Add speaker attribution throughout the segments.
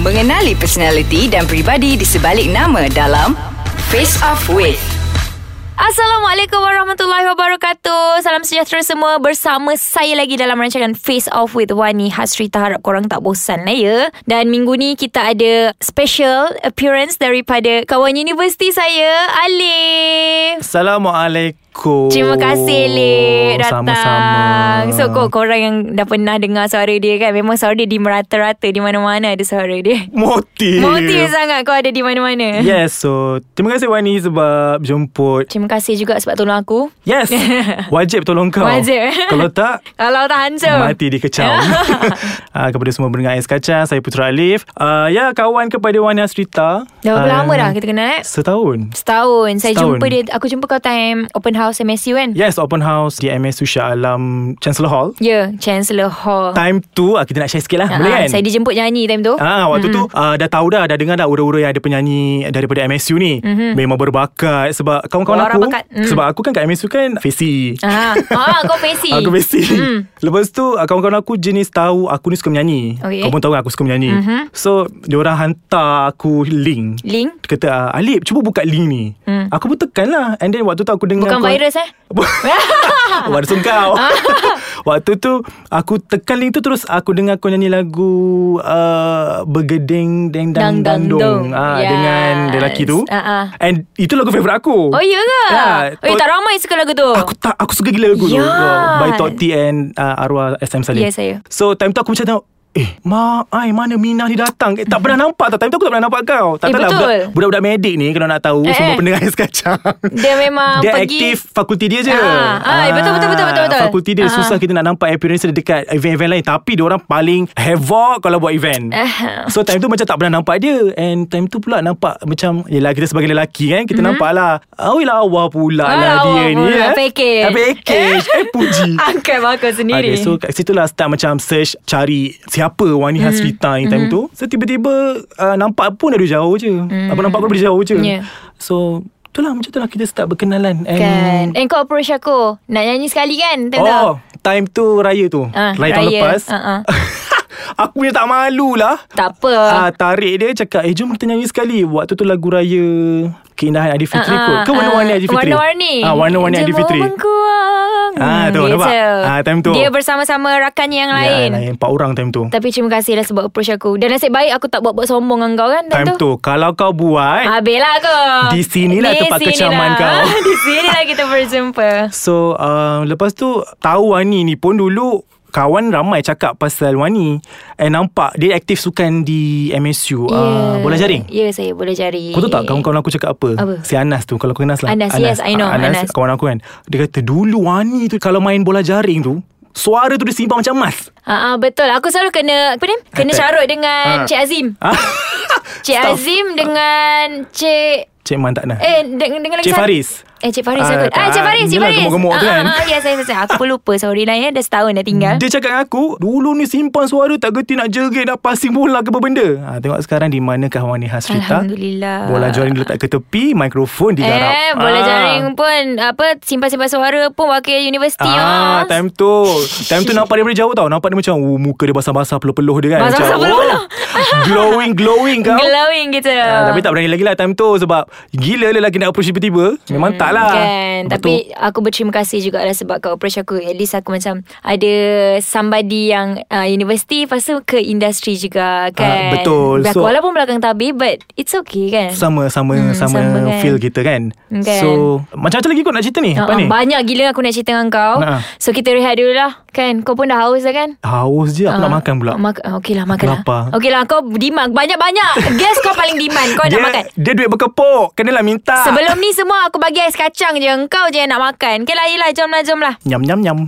Speaker 1: Mengenali personaliti dan peribadi di sebalik nama dalam Face Off With.
Speaker 2: Assalamualaikum warahmatullahi wabarakatuh Salam sejahtera semua Bersama saya lagi dalam rancangan Face Off with Wani Hasrita Harap korang tak bosan lah ya Dan minggu ni kita ada special appearance daripada kawan universiti saya Alif
Speaker 3: Assalamualaikum.
Speaker 2: Terima kasih Alif datang
Speaker 3: Oh, Sama-sama.
Speaker 2: So kok korang yang dah pernah dengar suara dia kan Memang suara dia di merata-rata Di mana-mana ada suara dia
Speaker 3: motif.
Speaker 2: Motif sangat kau ada di mana-mana
Speaker 3: Eh. Yes, so terima kasih Wani sebab jemput.
Speaker 2: Terima kasih juga sebab tolong aku
Speaker 3: Yes, wajib tolong kau.
Speaker 2: Wajib.
Speaker 3: Kalau tak,
Speaker 2: Kalau tak hancur
Speaker 3: Mati dikecam uh, Kepada semua pendengar Ais Kacang Saya Putra Alif uh, Ya kawan kepada Wani Asrita
Speaker 2: Dah berapa
Speaker 3: Ah,
Speaker 2: lama dah kita kenal eh?
Speaker 3: Setahun
Speaker 2: Setahun Saya
Speaker 3: Setahun. Ya.
Speaker 2: jumpa dia Aku jumpa kau time Open house MSU kan
Speaker 3: Yes open house Di MS Susha Alam Chancellor Hall
Speaker 2: yeah, Ya, Chancellor Hall
Speaker 3: Time tu uh, Kita nak share sikit lah
Speaker 2: Oh. Ah,
Speaker 3: Boleh kan
Speaker 2: Saya dijemput nyanyi time tu
Speaker 3: Ah, waktu mm-hmm. tu uh, dah tahu dah dah dengar dah ura-ura yang ada penyanyi daripada MSU ni. Mm-hmm. Memang berbakat sebab kawan-kawan
Speaker 2: Orang
Speaker 3: aku
Speaker 2: bakat. Mm.
Speaker 3: sebab aku kan kat MSU kan Fesi.
Speaker 2: Ah, ah, kau fancy
Speaker 3: Aku Fesi. Mm. Lepas tu ah, kawan-kawan aku jenis tahu aku ni suka menyanyi.
Speaker 2: Okay.
Speaker 3: Kau pun tahu kan aku suka menyanyi. Mm-hmm. So diorang hantar aku link.
Speaker 2: Link
Speaker 3: Dia kata ah, Alip cuba buka link ni mm. Aku pun tekan lah And then waktu tu aku dengar
Speaker 2: Bukan
Speaker 3: kau-
Speaker 2: virus eh
Speaker 3: Wara sungkau Waktu tu Aku tekan link tu Terus aku dengar kau nyanyi lagu uh, Bergeding Deng
Speaker 2: Dang Dang
Speaker 3: Dang Dang
Speaker 2: Dong.
Speaker 3: Dong ah,
Speaker 2: Yes.
Speaker 3: Dengan dia lelaki tu
Speaker 2: Ah, ah.
Speaker 3: And itu lagu favourite aku
Speaker 2: Oh iya ke
Speaker 3: Ya,
Speaker 2: Eh
Speaker 3: Tot-
Speaker 2: tak ramai suka lagu tu
Speaker 3: Aku tak Aku suka gila lagu
Speaker 2: Yes.
Speaker 3: tu Oh, By Totti and uh, Arwah SM Salim
Speaker 2: Ya, saya.
Speaker 3: So time tu aku macam tengok Eh Mak ai mana Mina ni datang eh, Tak pernah nampak tau Time tu aku tak pernah nampak kau
Speaker 2: Eh,
Speaker 3: Tak tahu lah
Speaker 2: betul.
Speaker 3: budak- Budak-budak medik ni Kalau nak tahu
Speaker 2: Eh, eh.
Speaker 3: Semua pendengar ais kacang
Speaker 2: Dia memang
Speaker 3: dia
Speaker 2: pergi
Speaker 3: aktif fakulti dia je.
Speaker 2: Ah, ah, betul, betul, betul, betul, betul.
Speaker 3: Fakulti dia
Speaker 2: Ah.
Speaker 3: susah kita nak nampak appearance dia dekat event-event lain tapi dia orang paling havoc kalau buat event.
Speaker 2: Ah.
Speaker 3: So time tu macam tak pernah nampak dia and time tu pula nampak macam yelah kita sebagai lelaki kan kita mm-hmm. nampak lah Awi lah awal pula
Speaker 2: Ah,
Speaker 3: lah dia
Speaker 2: awal
Speaker 3: ni
Speaker 2: Mhm. pula,
Speaker 3: eh.
Speaker 2: package.
Speaker 3: Ah, Package Eh puji
Speaker 2: Angkat bakal sendiri
Speaker 3: Okay, so kat situ lah start macam search cari siapa Wani
Speaker 2: Hmm.
Speaker 3: mm. Hasrita ni time tu. So tiba-tiba uh, nampak pun dari jauh je. Apa nampak pun dari jauh je.
Speaker 2: Hmm. Yeah.
Speaker 3: So itulah macam tu lah kita start berkenalan. And
Speaker 2: Kan And kau approach aku Nak nyanyi sekali kan Time tu
Speaker 3: Oh, time tu raya tu.
Speaker 2: Ah,
Speaker 3: raya, tahun
Speaker 2: raya.
Speaker 3: lepas.
Speaker 2: Ah, ah.
Speaker 3: aku punya tak malu lah.
Speaker 2: Tak apa
Speaker 3: Ah, tarik dia cakap Eh jom kita nyanyi sekali Waktu tu lagu raya Keindahan Adi Fitri
Speaker 2: Ah,
Speaker 3: kot
Speaker 2: ah,
Speaker 3: Ke warna-warni
Speaker 2: ah.
Speaker 3: Adi Fitri
Speaker 2: Warna-warni
Speaker 3: ah, Warna-warni Adi
Speaker 2: Jemur
Speaker 3: Fitri
Speaker 2: mengkuang
Speaker 3: Ah, tu,
Speaker 2: Hmm, dia
Speaker 3: nampak?
Speaker 2: je.
Speaker 3: Ah, time tu.
Speaker 2: Dia bersama-sama rakannya yang
Speaker 3: Ya,
Speaker 2: lain
Speaker 3: lain Empat orang time tu
Speaker 2: Tapi terima kasihlah sebab approach aku Dan nasib baik aku tak buat-buat sombong dengan kau kan
Speaker 3: Time tu Kalau kau buat
Speaker 2: Habislah lah aku
Speaker 3: Di sinilah tempat kecaman kau.
Speaker 2: Di sinilah kita berjumpa
Speaker 3: So uh, Lepas tu Tahu Wani ni pun dulu Kawan ramai cakap pasal Wani And nampak Dia aktif sukan di MSU yeah. uh, Bola jaring
Speaker 2: Ya yeah, saya bola jaring
Speaker 3: Kau tahu tak kawan-kawan aku cakap apa?
Speaker 2: Apa?
Speaker 3: Si Anas tu kalau kau kenal lah.
Speaker 2: Anas, yes, I know,
Speaker 3: Ah,
Speaker 2: Anas.
Speaker 3: Anas, kawan aku kan. Dia kata dulu Wani tu kalau main bola jaring tu suara tu dia simpan macam emas.
Speaker 2: Ah, ah, Betul Aku selalu kena Apa ni Kena
Speaker 3: Attack.
Speaker 2: carut dengan
Speaker 3: Ah.
Speaker 2: Cik Azim
Speaker 3: Ah,
Speaker 2: Cik
Speaker 3: Staff.
Speaker 2: Azim dengan Cik
Speaker 3: Cik Man tak nak.
Speaker 2: Eh dengan, dengan lagi
Speaker 3: Cik
Speaker 2: satu-
Speaker 3: Faris.
Speaker 2: Eh Cik Faris
Speaker 3: Ah,
Speaker 2: aku Ah Cik
Speaker 3: ah,
Speaker 2: Faris Cik
Speaker 3: yelah,
Speaker 2: Faris
Speaker 3: gemuk-gemuk tu
Speaker 2: Ah,
Speaker 3: kan.
Speaker 2: ah, ah, Ya saya saya Aku pun lupa Sorry lah ya Dah setahun dah tinggal
Speaker 3: Dia cakap dengan aku Dulu ni simpan suara Tak gerti nak jerit Nak passing bola ke apa benda ha, Tengok sekarang Di manakah Wani Hasrita
Speaker 2: Alhamdulillah.
Speaker 3: Bola jaring diletak ke tepi Mikrofon digarap
Speaker 2: Eh bola
Speaker 3: Ah.
Speaker 2: jaring pun Apa Simpan-simpan suara pun Wakil universiti
Speaker 3: Ah, time tu Time tu nampak daripada jauh tau Nampak dia macam oh, Muka dia basah-basah Peluh-peluh dia kan
Speaker 2: Basah-basah
Speaker 3: Macam,
Speaker 2: peluh-peluh.
Speaker 3: oh, Glowing-glowing kau
Speaker 2: Glowing gitu
Speaker 3: Ah, tapi tak berani lagi lah time tu Sebab Gila lelaki nak approach tiba-tiba Memang tak lah
Speaker 2: Kan
Speaker 3: Lepas
Speaker 2: Tapi
Speaker 3: tu,
Speaker 2: aku berterima kasih jugalah Sebab kau approach aku At least aku macam Ada somebody yang uh, Universiti Lepas tu ke industri juga Kan
Speaker 3: Ah, betul.
Speaker 2: Aku
Speaker 3: So-
Speaker 2: walaupun belakang tabir But it's okay kan
Speaker 3: Sama Sama
Speaker 2: Hmm,
Speaker 3: sama,
Speaker 2: sama kan.
Speaker 3: feel kita kan
Speaker 2: Kan.
Speaker 3: So Macam-macam lagi kau nak cerita ni
Speaker 2: Ah,
Speaker 3: Apa
Speaker 2: ah,
Speaker 3: ni
Speaker 2: Banyak gila aku nak cerita dengan kau
Speaker 3: Ah, ah.
Speaker 2: So kita rehat dulu lah Kan kau pun dah haus dah kan
Speaker 3: Haus je Aku nak
Speaker 2: Ah,
Speaker 3: makan pula
Speaker 2: Mak- ah, Okey lah makan
Speaker 3: Lapar.
Speaker 2: lah Okey lah kau demand Banyak-banyak Guess kau paling demand Kau
Speaker 3: dia,
Speaker 2: nak makan
Speaker 3: Dia duit berkepuk Kenalah minta
Speaker 2: Sebelum ni semua aku bagi ais kacang je Engkau je yang nak makan Okay lah yelah jom lah jom lah
Speaker 3: Nyam nyam nyam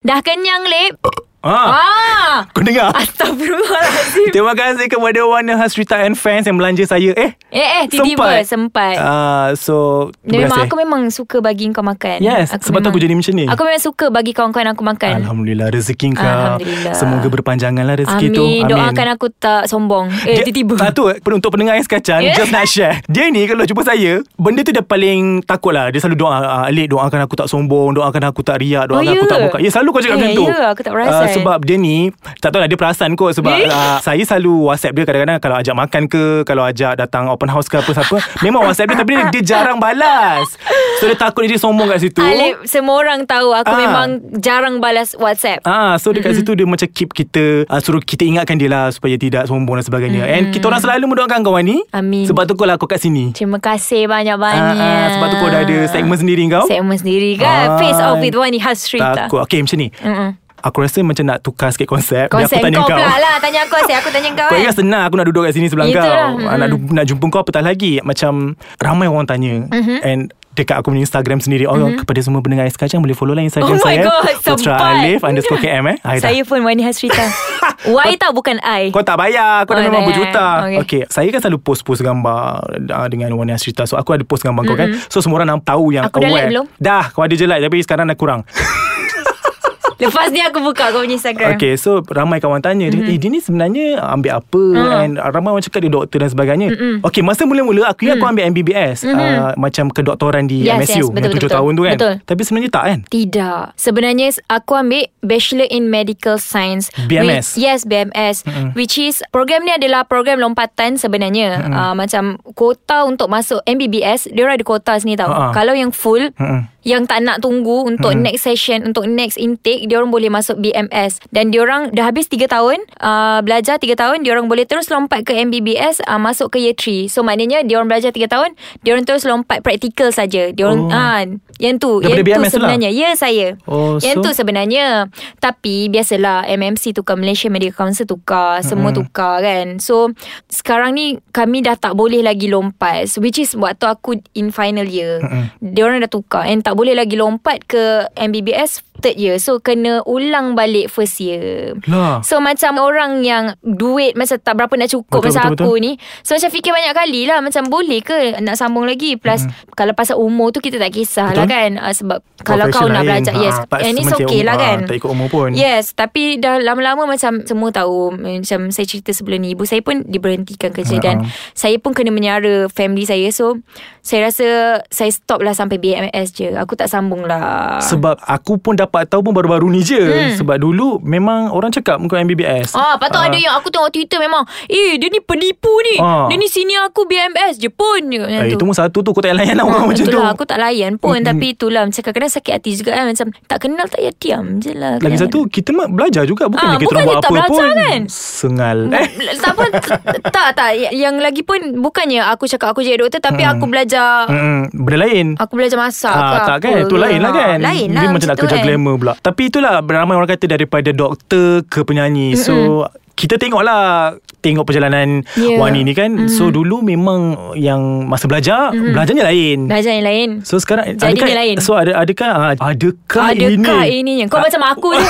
Speaker 2: Dah kenyang Lip
Speaker 3: ah,
Speaker 2: Ah
Speaker 3: Kau dengar
Speaker 2: Astagfirullahaladzim
Speaker 3: Terima kasih kepada Warna Hasrita and fans Yang belanja saya Eh
Speaker 2: Eh eh tiba-tiba sempat, sempat.
Speaker 3: Ah, So
Speaker 2: Dan
Speaker 3: Terima
Speaker 2: memang
Speaker 3: kasih
Speaker 2: aku memang suka bagi kau makan
Speaker 3: Yes, sebab tu
Speaker 2: memang-
Speaker 3: aku jadi macam ni.
Speaker 2: Aku memang suka bagi kawan-kawan aku makan
Speaker 3: Alhamdulillah rezeki kau
Speaker 2: Alhamdulillah.
Speaker 3: Semoga berpanjanganlah rezeki
Speaker 2: Amin.
Speaker 3: tu
Speaker 2: Doakan aku tak sombong Eh
Speaker 3: Dia- Ah,
Speaker 2: tiba-tiba Ya.
Speaker 3: tu untuk pendengar yang sekacang
Speaker 2: Yeah.
Speaker 3: yeah. Just nak share Dia ni kalau jumpa saya Benda tu dia paling takut lah Dia selalu doa ah, Alik doakan aku tak sombong Doakan aku tak riak Doakan
Speaker 2: Oh,
Speaker 3: aku
Speaker 2: ya?
Speaker 3: tak buka Ya selalu kau cakap
Speaker 2: Eh,
Speaker 3: macam tu
Speaker 2: ya, aku tak perasan. Eh?
Speaker 3: Ah, Sebab dia ni Tak tahu lah dia perasan kot Sebab uh, saya selalu whatsapp dia Kadang-kadang kalau ajak makan ke Kalau ajak datang open house ke apa-apa Memang whatsapp dia Tapi dia, dia jarang balas So dia takut dia sombong kat situ
Speaker 2: Alip Ah, semua orang tahu aku
Speaker 3: Ah.
Speaker 2: memang jarang balas WhatsApp.
Speaker 3: Ah, so dekat mm-hmm. situ dia macam keep kita uh, suruh kita ingatkan dia lah supaya tidak sombong dan sebagainya. Mm-hmm. And kita orang selalu mendoakan kau ni.
Speaker 2: Mm. Amin.
Speaker 3: Sebab tu kau lah kau kat sini.
Speaker 2: Terima kasih
Speaker 3: Ah,
Speaker 2: banyak-banyak.
Speaker 3: ah, sebab tu kau dah ada segmen sendiri kau.
Speaker 2: Segmen sendiri kan.
Speaker 3: Ah.
Speaker 2: Face off with Wani Hasrita.
Speaker 3: Takut. Okay macam ni.
Speaker 2: Mm-mm.
Speaker 3: Aku rasa macam nak tukar sikit konsep. Biar
Speaker 2: Konsep
Speaker 3: aku tanya
Speaker 2: kau,
Speaker 3: kau.
Speaker 2: pula lah Tanya aku asyik Aku tanya kau
Speaker 3: Kau
Speaker 2: kan
Speaker 3: ingat senang aku nak duduk kat sini sebelah kau.
Speaker 2: Itulah,
Speaker 3: Ah, Nak, du- nak jumpa kau apatah lagi. Macam ramai orang tanya. Mm-hmm. And dekat aku punya Instagram sendiri. Oh, mm-hmm. kepada semua pendengar Ais Kacang boleh follow lah Instagram
Speaker 2: Oh my
Speaker 3: saya.
Speaker 2: God,
Speaker 3: Putra
Speaker 2: sempat.
Speaker 3: Alif underscore KM eh. Ah, dah.
Speaker 2: Saya pun Wani Hasrita Y tau bukan I
Speaker 3: Kau tak bayar Kau dah
Speaker 2: Oh,
Speaker 3: memang
Speaker 2: tak
Speaker 3: berjuta
Speaker 2: bayar.
Speaker 3: okay. okay Saya kan selalu post-post gambar uh, Dengan Wani Asrita So aku ada post gambar mm-hmm. kau kan So semua orang nak tahu yang
Speaker 2: Aku dah
Speaker 3: aware
Speaker 2: like belum?
Speaker 3: Dah kau ada je like Tapi sekarang dah kurang
Speaker 2: Lepas ni aku buka Kau punya Instagram
Speaker 3: Okay so ramai kawan tanya mm-hmm. Eh dia ni sebenarnya ambil apa And ah, ramai orang cakap dia doktor dan sebagainya mm-hmm. Okay masa mula-mula Aku ingat mm. aku ambil MBBS mm-hmm. uh, Macam kedoktoran di
Speaker 2: Yes, yes,
Speaker 3: MSU
Speaker 2: betul,
Speaker 3: Yang
Speaker 2: betul,
Speaker 3: 7
Speaker 2: betul.
Speaker 3: tahun tu kan
Speaker 2: Betul.
Speaker 3: Tapi sebenarnya tak kan
Speaker 2: Tidak. Sebenarnya aku ambil Bachelor in Medical Science.
Speaker 3: BMS.
Speaker 2: Which, yes, BMS. Mm-hmm. Which is program ni adalah program lompatan sebenarnya. Mm-hmm. Uh, macam kuota untuk masuk MBBS, dia orang ada kuota sini tau.
Speaker 3: Ha-ha.
Speaker 2: Uh-huh. Kalau yang full,
Speaker 3: Mm-mm.
Speaker 2: yang tak nak tunggu untuk mm-hmm. next session, untuk next intake, dia orang boleh masuk BMS. Dan dia orang dah habis 3 tahun, uh, belajar 3 tahun, dia orang boleh terus lompat ke MBBS uh, masuk ke year 3. So maknanya dia orang belajar 3 tahun, dia orang terus lompat practical saja. Dia orang
Speaker 3: Oh.
Speaker 2: oh. yang tu
Speaker 3: Daripada
Speaker 2: yang tu
Speaker 3: BMS tu lah?
Speaker 2: sebenarnya Ya saya
Speaker 3: Oh,
Speaker 2: Yang
Speaker 3: so-
Speaker 2: tu sebenarnya Tapi biasalah MMC tukar Malaysia Medical Council tukar Semua tukar kan So Sekarang ni Kami dah tak boleh lagi lompat so, Which is waktu aku In final year mm Diorang dah tukar And tak boleh lagi lompat ke MBBS Third year So kena ulang balik first year
Speaker 3: Lah
Speaker 2: So macam orang yang duit macam tak berapa nak cukup
Speaker 3: Betul,
Speaker 2: betul, masa
Speaker 3: betul,
Speaker 2: betul, aku betul. ni. So macam fikir banyak kali lah macam boleh ke nak sambung lagi. Plus hmm. kalau pasal umur tu kita tak kisah lah
Speaker 3: Mm-hmm. Betul.
Speaker 2: kan. Uh, sebab kalau kau
Speaker 3: Profession
Speaker 2: nak
Speaker 3: lain.
Speaker 2: belajar yes.
Speaker 3: tak
Speaker 2: And it's
Speaker 3: semestinya
Speaker 2: okay
Speaker 3: umur-
Speaker 2: lah
Speaker 3: ah,
Speaker 2: kan.
Speaker 3: Tak ikut umur pun
Speaker 2: Yes Tapi dah lama-lama Macam semua tahu Macam saya cerita sebelum ni Ibu saya pun diberhentikan kerja
Speaker 3: Ha-ha.
Speaker 2: Dan saya pun kena menyara Family saya So Saya rasa Saya stop lah sampai BMS je Aku tak sambung lah
Speaker 3: Sebab aku pun dapat tahu pun baru-baru ni je. Hmm. Sebab dulu memang orang cakap kau MBBS.
Speaker 2: Ah, patut
Speaker 3: Ah.
Speaker 2: ada yang aku tengok Twitter memang, "Eh, dia ni penipu ni.
Speaker 3: Ah.
Speaker 2: Dia ni sini aku BMS je pun." je," Macam
Speaker 3: Eh,
Speaker 2: tu.
Speaker 3: itu pun satu tu Kau tak layan lah orang macam tu
Speaker 2: Itulah Ah, aku tak layan pun Tapi itulah Macam kadang-kadang sakit hati juga kan Macam tak kenal tak ya Diam je lah
Speaker 3: Lagi
Speaker 2: kan?
Speaker 3: satu Kita mah belajar juga Bukan
Speaker 2: Ah,
Speaker 3: kita orang
Speaker 2: bukannya
Speaker 3: buat
Speaker 2: tak
Speaker 3: apa
Speaker 2: belajar
Speaker 3: pun
Speaker 2: kan?
Speaker 3: Sengal eh,
Speaker 2: tak pun Tak tak Yang lagi pun Bukannya aku cakap Aku jadi doktor Tapi aku belajar
Speaker 3: mm, Benda lain
Speaker 2: Aku belajar masak ke
Speaker 3: Ah, tak
Speaker 2: apa
Speaker 3: kan Itu
Speaker 2: ke.
Speaker 3: lain lah
Speaker 2: Ha,
Speaker 3: kan
Speaker 2: Lain lah
Speaker 3: Dia macam nak
Speaker 2: tu
Speaker 3: kerja
Speaker 2: kan.
Speaker 3: glamour pula Tapi itulah Ramai orang kata Daripada doktor Ke penyanyi So kita tengoklah Tengok perjalanan
Speaker 2: Ya.
Speaker 3: Wani ni kan So dulu memang Yang masa belajar Belajarnya lain
Speaker 2: Belajar yang lain
Speaker 3: So sekarang
Speaker 2: Jadinya lain.
Speaker 3: So ada adakah ah, adakah,
Speaker 2: Adakah
Speaker 3: ini? Ah.
Speaker 2: ini yang Kau macam aku tu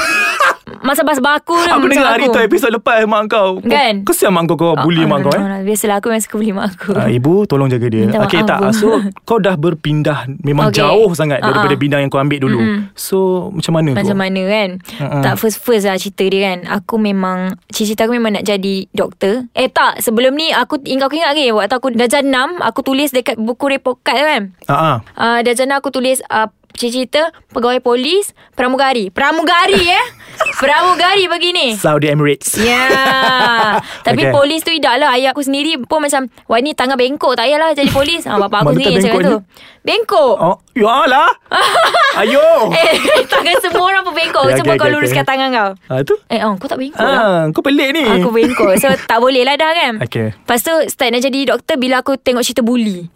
Speaker 2: Masa bas baku tu
Speaker 3: Aku
Speaker 2: macam
Speaker 3: dengar hari
Speaker 2: aku.
Speaker 3: tu episod lepas eh, mak kau. Kau-
Speaker 2: Kan?
Speaker 3: Kesian mak kau kau bully mak kau eh.
Speaker 2: Ah, Biasalah aku memang suka bully mak aku
Speaker 3: Ah, ibu tolong jaga dia.
Speaker 2: Minta
Speaker 3: Okey
Speaker 2: maaf,
Speaker 3: tak.
Speaker 2: Bu.
Speaker 3: So kau dah berpindah memang
Speaker 2: Okey.
Speaker 3: jauh sangat
Speaker 2: Ah,
Speaker 3: daripada
Speaker 2: ah.
Speaker 3: bidang yang kau ambil dulu. So macam mana
Speaker 2: Macam
Speaker 3: tu?
Speaker 2: mana kan
Speaker 3: Mm-mm.
Speaker 2: Tak first-first lah cerita dia kan Aku memang Cita-cita aku memang nak jadi doktor Eh tak Sebelum ni aku ingat Aku ingat lagi Waktu aku darjah 6 Aku tulis dekat buku repokat kan
Speaker 3: Ah, ah.
Speaker 2: uh, Darjah 6 aku tulis uh, Cita-cita Pegawai polis Pramugari Pramugari eh Pramugari pagi ni
Speaker 3: Saudi Emirates.
Speaker 2: Ya yeah. Tapi okay.
Speaker 3: Okay.
Speaker 2: polis tu tidak lah Ayah aku sendiri pun macam Wah ni tangan bengkok Tak payahlah jadi polis ha, Bapak aku
Speaker 3: Mana tak
Speaker 2: sendiri cakap
Speaker 3: bengkok
Speaker 2: tu Bengkok
Speaker 3: Oh, ya lah. Ayo.
Speaker 2: Eh tangan semua orang pun bengkok
Speaker 3: Okay,
Speaker 2: Sebab
Speaker 3: okay,
Speaker 2: kau
Speaker 3: okay,
Speaker 2: luruskan
Speaker 3: okay.
Speaker 2: tangan kau
Speaker 3: Ah tu.
Speaker 2: Eh oh kau tak bengkok lah
Speaker 3: Ah, kau pelik ni.
Speaker 2: Aku bengkok So tak boleh lah dah kan
Speaker 3: Okey.
Speaker 2: Lepas tu start nak jadi doktor Bila aku tengok cerita bully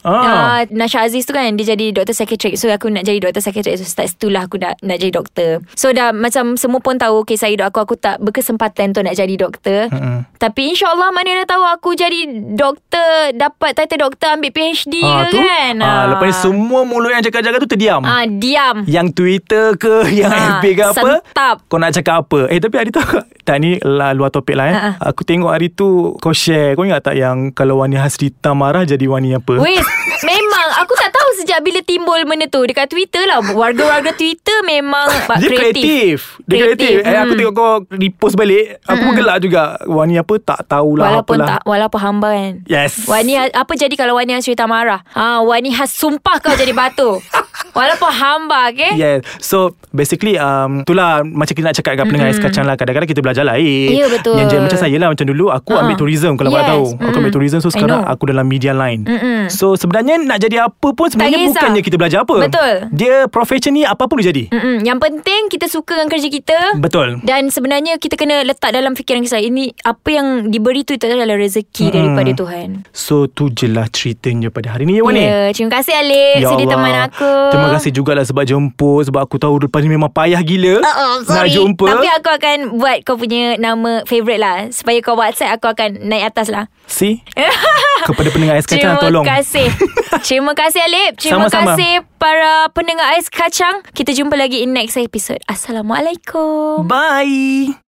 Speaker 2: Ah,
Speaker 3: Ah.
Speaker 2: Nasha Aziz tu kan Dia jadi doktor psychiatric So aku nak jadi doktor psychiatric So start situlah aku nak, nak jadi doktor So dah macam Semua pun tahu Kisah hidup aku Aku tak berkesempatan tu Nak jadi doktor
Speaker 3: Mm-mm.
Speaker 2: Tapi insyaAllah Mana dah tahu Aku jadi doktor Dapat title doktor Ambil PhD
Speaker 3: Ah,
Speaker 2: ke kan
Speaker 3: Ah, lepas ni semua mulut yang cakap-cakap tu terdiam.
Speaker 2: ah, Diam
Speaker 3: Yang Twitter ke Yang
Speaker 2: Ah,
Speaker 3: FB ke apa
Speaker 2: sentap.
Speaker 3: Kau nak cakap apa Eh tapi hari tu Tak ni lah, luar topik lah eh
Speaker 2: Ha,
Speaker 3: Aku tengok hari tu Kau share Kau ingat tak yang Kalau Wani Hasrita marah Jadi Wani apa
Speaker 2: Weh Memang Aku tak tahu sejak bila timbul benda tu Dekat Twitter lah Warga-warga Twitter memang bak-
Speaker 3: Dia kreatif Dia kreatif, kreatif. Eh, Aku
Speaker 2: Hmm.
Speaker 3: tengok kau repost balik Aku pun gelak juga Wah ni apa tak tahulah
Speaker 2: Walaupun
Speaker 3: apalah. Ya.
Speaker 2: tak Walaupun hamba kan
Speaker 3: Yes.
Speaker 2: Wani Apa jadi kalau Wani cerita marah ha, Wani has sumpah kau jadi batu Walaupun hamba okay
Speaker 3: Yeah So basically um, Itulah Macam kita nak cakap Dengan pendengar mm-hmm. Kacang lah Kadang-kadang kita belajar lain
Speaker 2: Ya, betul.
Speaker 3: Yang je- Macam saya lah Macam dulu Aku
Speaker 2: Ha.
Speaker 3: uh-huh. ambil tourism Kalau yes.
Speaker 2: Yes.
Speaker 3: tahu Aku ambil
Speaker 2: Mm-mm.
Speaker 3: tourism So
Speaker 2: I
Speaker 3: sekarang
Speaker 2: know.
Speaker 3: Aku dalam media line
Speaker 2: Mm-mm.
Speaker 3: So sebenarnya Nak jadi apa pun Sebenarnya
Speaker 2: kisah.
Speaker 3: bukannya kita belajar apa
Speaker 2: Betul.
Speaker 3: Dia profession ni Apa pun boleh jadi
Speaker 2: Mm-mm. Yang penting kita suka dengan kerja kita
Speaker 3: Betul
Speaker 2: Dan sebenarnya kita kena letak dalam fikiran kita Ini apa yang diberi tu itu adalah rezeki mm. daripada Tuhan
Speaker 3: So tu je lah ceritanya Pada hari ni Wan ni
Speaker 2: Ya, terima kasih Alif ya Sudi teman aku
Speaker 3: Terima kasih jugalah sebab jemput Sebab aku tahu depan ni memang payah gila
Speaker 2: Uh-uh, sorry
Speaker 3: Nak jumpa
Speaker 2: Tapi aku akan buat kau punya nama favourite lah Supaya kau whatsapp aku akan naik atas lah
Speaker 3: See Kepada pendengar Ais Kacang
Speaker 2: Terima
Speaker 3: Tolong
Speaker 2: kasih Terima kasih Alip Terima
Speaker 3: Sama-sama.
Speaker 2: kasih para pendengar Ais Kacang Kita jumpa lagi in next episode Assalamualaikum
Speaker 3: Bye